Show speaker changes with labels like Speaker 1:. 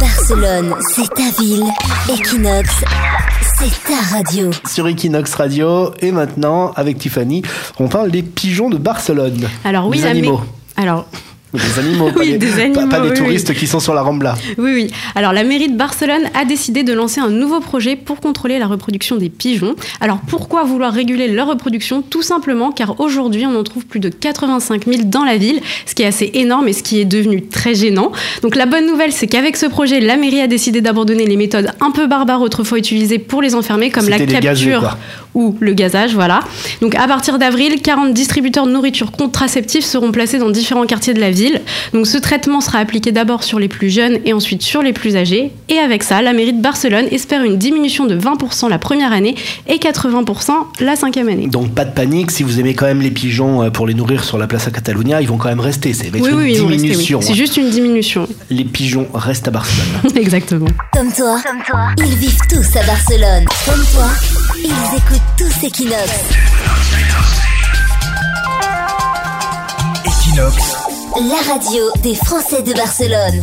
Speaker 1: Barcelone, c'est ta ville. Equinox, c'est ta radio.
Speaker 2: sur Equinox Radio. Et maintenant, avec Tiffany, on parle des pigeons de Barcelone.
Speaker 3: Alors oui,
Speaker 2: des
Speaker 3: la mé-
Speaker 2: animaux.
Speaker 3: Alors
Speaker 2: Des animaux, pas,
Speaker 3: Oui,
Speaker 2: des,
Speaker 3: des
Speaker 2: pas-
Speaker 3: animaux,
Speaker 2: pas des
Speaker 3: oui,
Speaker 2: touristes qui sont sur la Rambla.
Speaker 3: oui, oui. Alors la mairie de Barcelone a décidé de lancer un nouveau projet pour contrôler la reproduction des pigeons. Alors pourquoi vouloir réguler leur reproduction Tout simplement car aujourd'hui on en trouve plus de 85 000 dans la ville, ce qui est assez énorme et ce qui est devenu très gênant. Donc la bonne nouvelle, c'est qu'avec ce projet, la mairie a décidé d'abandonner les méthodes un peu barbares autrefois utilisées pour les enfermer, comme la
Speaker 2: C'était les
Speaker 3: capture
Speaker 2: gazés, quoi.
Speaker 3: ou le gazage, voilà. Donc à partir d'avril, 40 distributeurs de nourriture contraceptive seront placés dans différents quartiers de la ville. Donc ce traitement sera appliqué d'abord sur les plus jeunes et ensuite sur les plus âgés. Et avec ça, la mairie de Barcelone espère une diminution de 20% la première année et 80% la cinquième année.
Speaker 2: Donc pas de panique, si vous aimez quand même les pigeons euh, pour les nourrir sur la place à Catalunya, ils vont quand même rester. C'est avec
Speaker 3: Oui,
Speaker 2: une
Speaker 3: oui, ils vont rester, oui.
Speaker 2: diminution. hein.
Speaker 3: C'est juste une diminution.
Speaker 2: Les pigeons restent à Barcelone.
Speaker 3: Exactement.
Speaker 1: Comme toi, ils vivent tous à Barcelone. Comme toi, ils écoutent tous Equinox.
Speaker 4: Equinox.
Speaker 1: La radio des Français de Barcelone.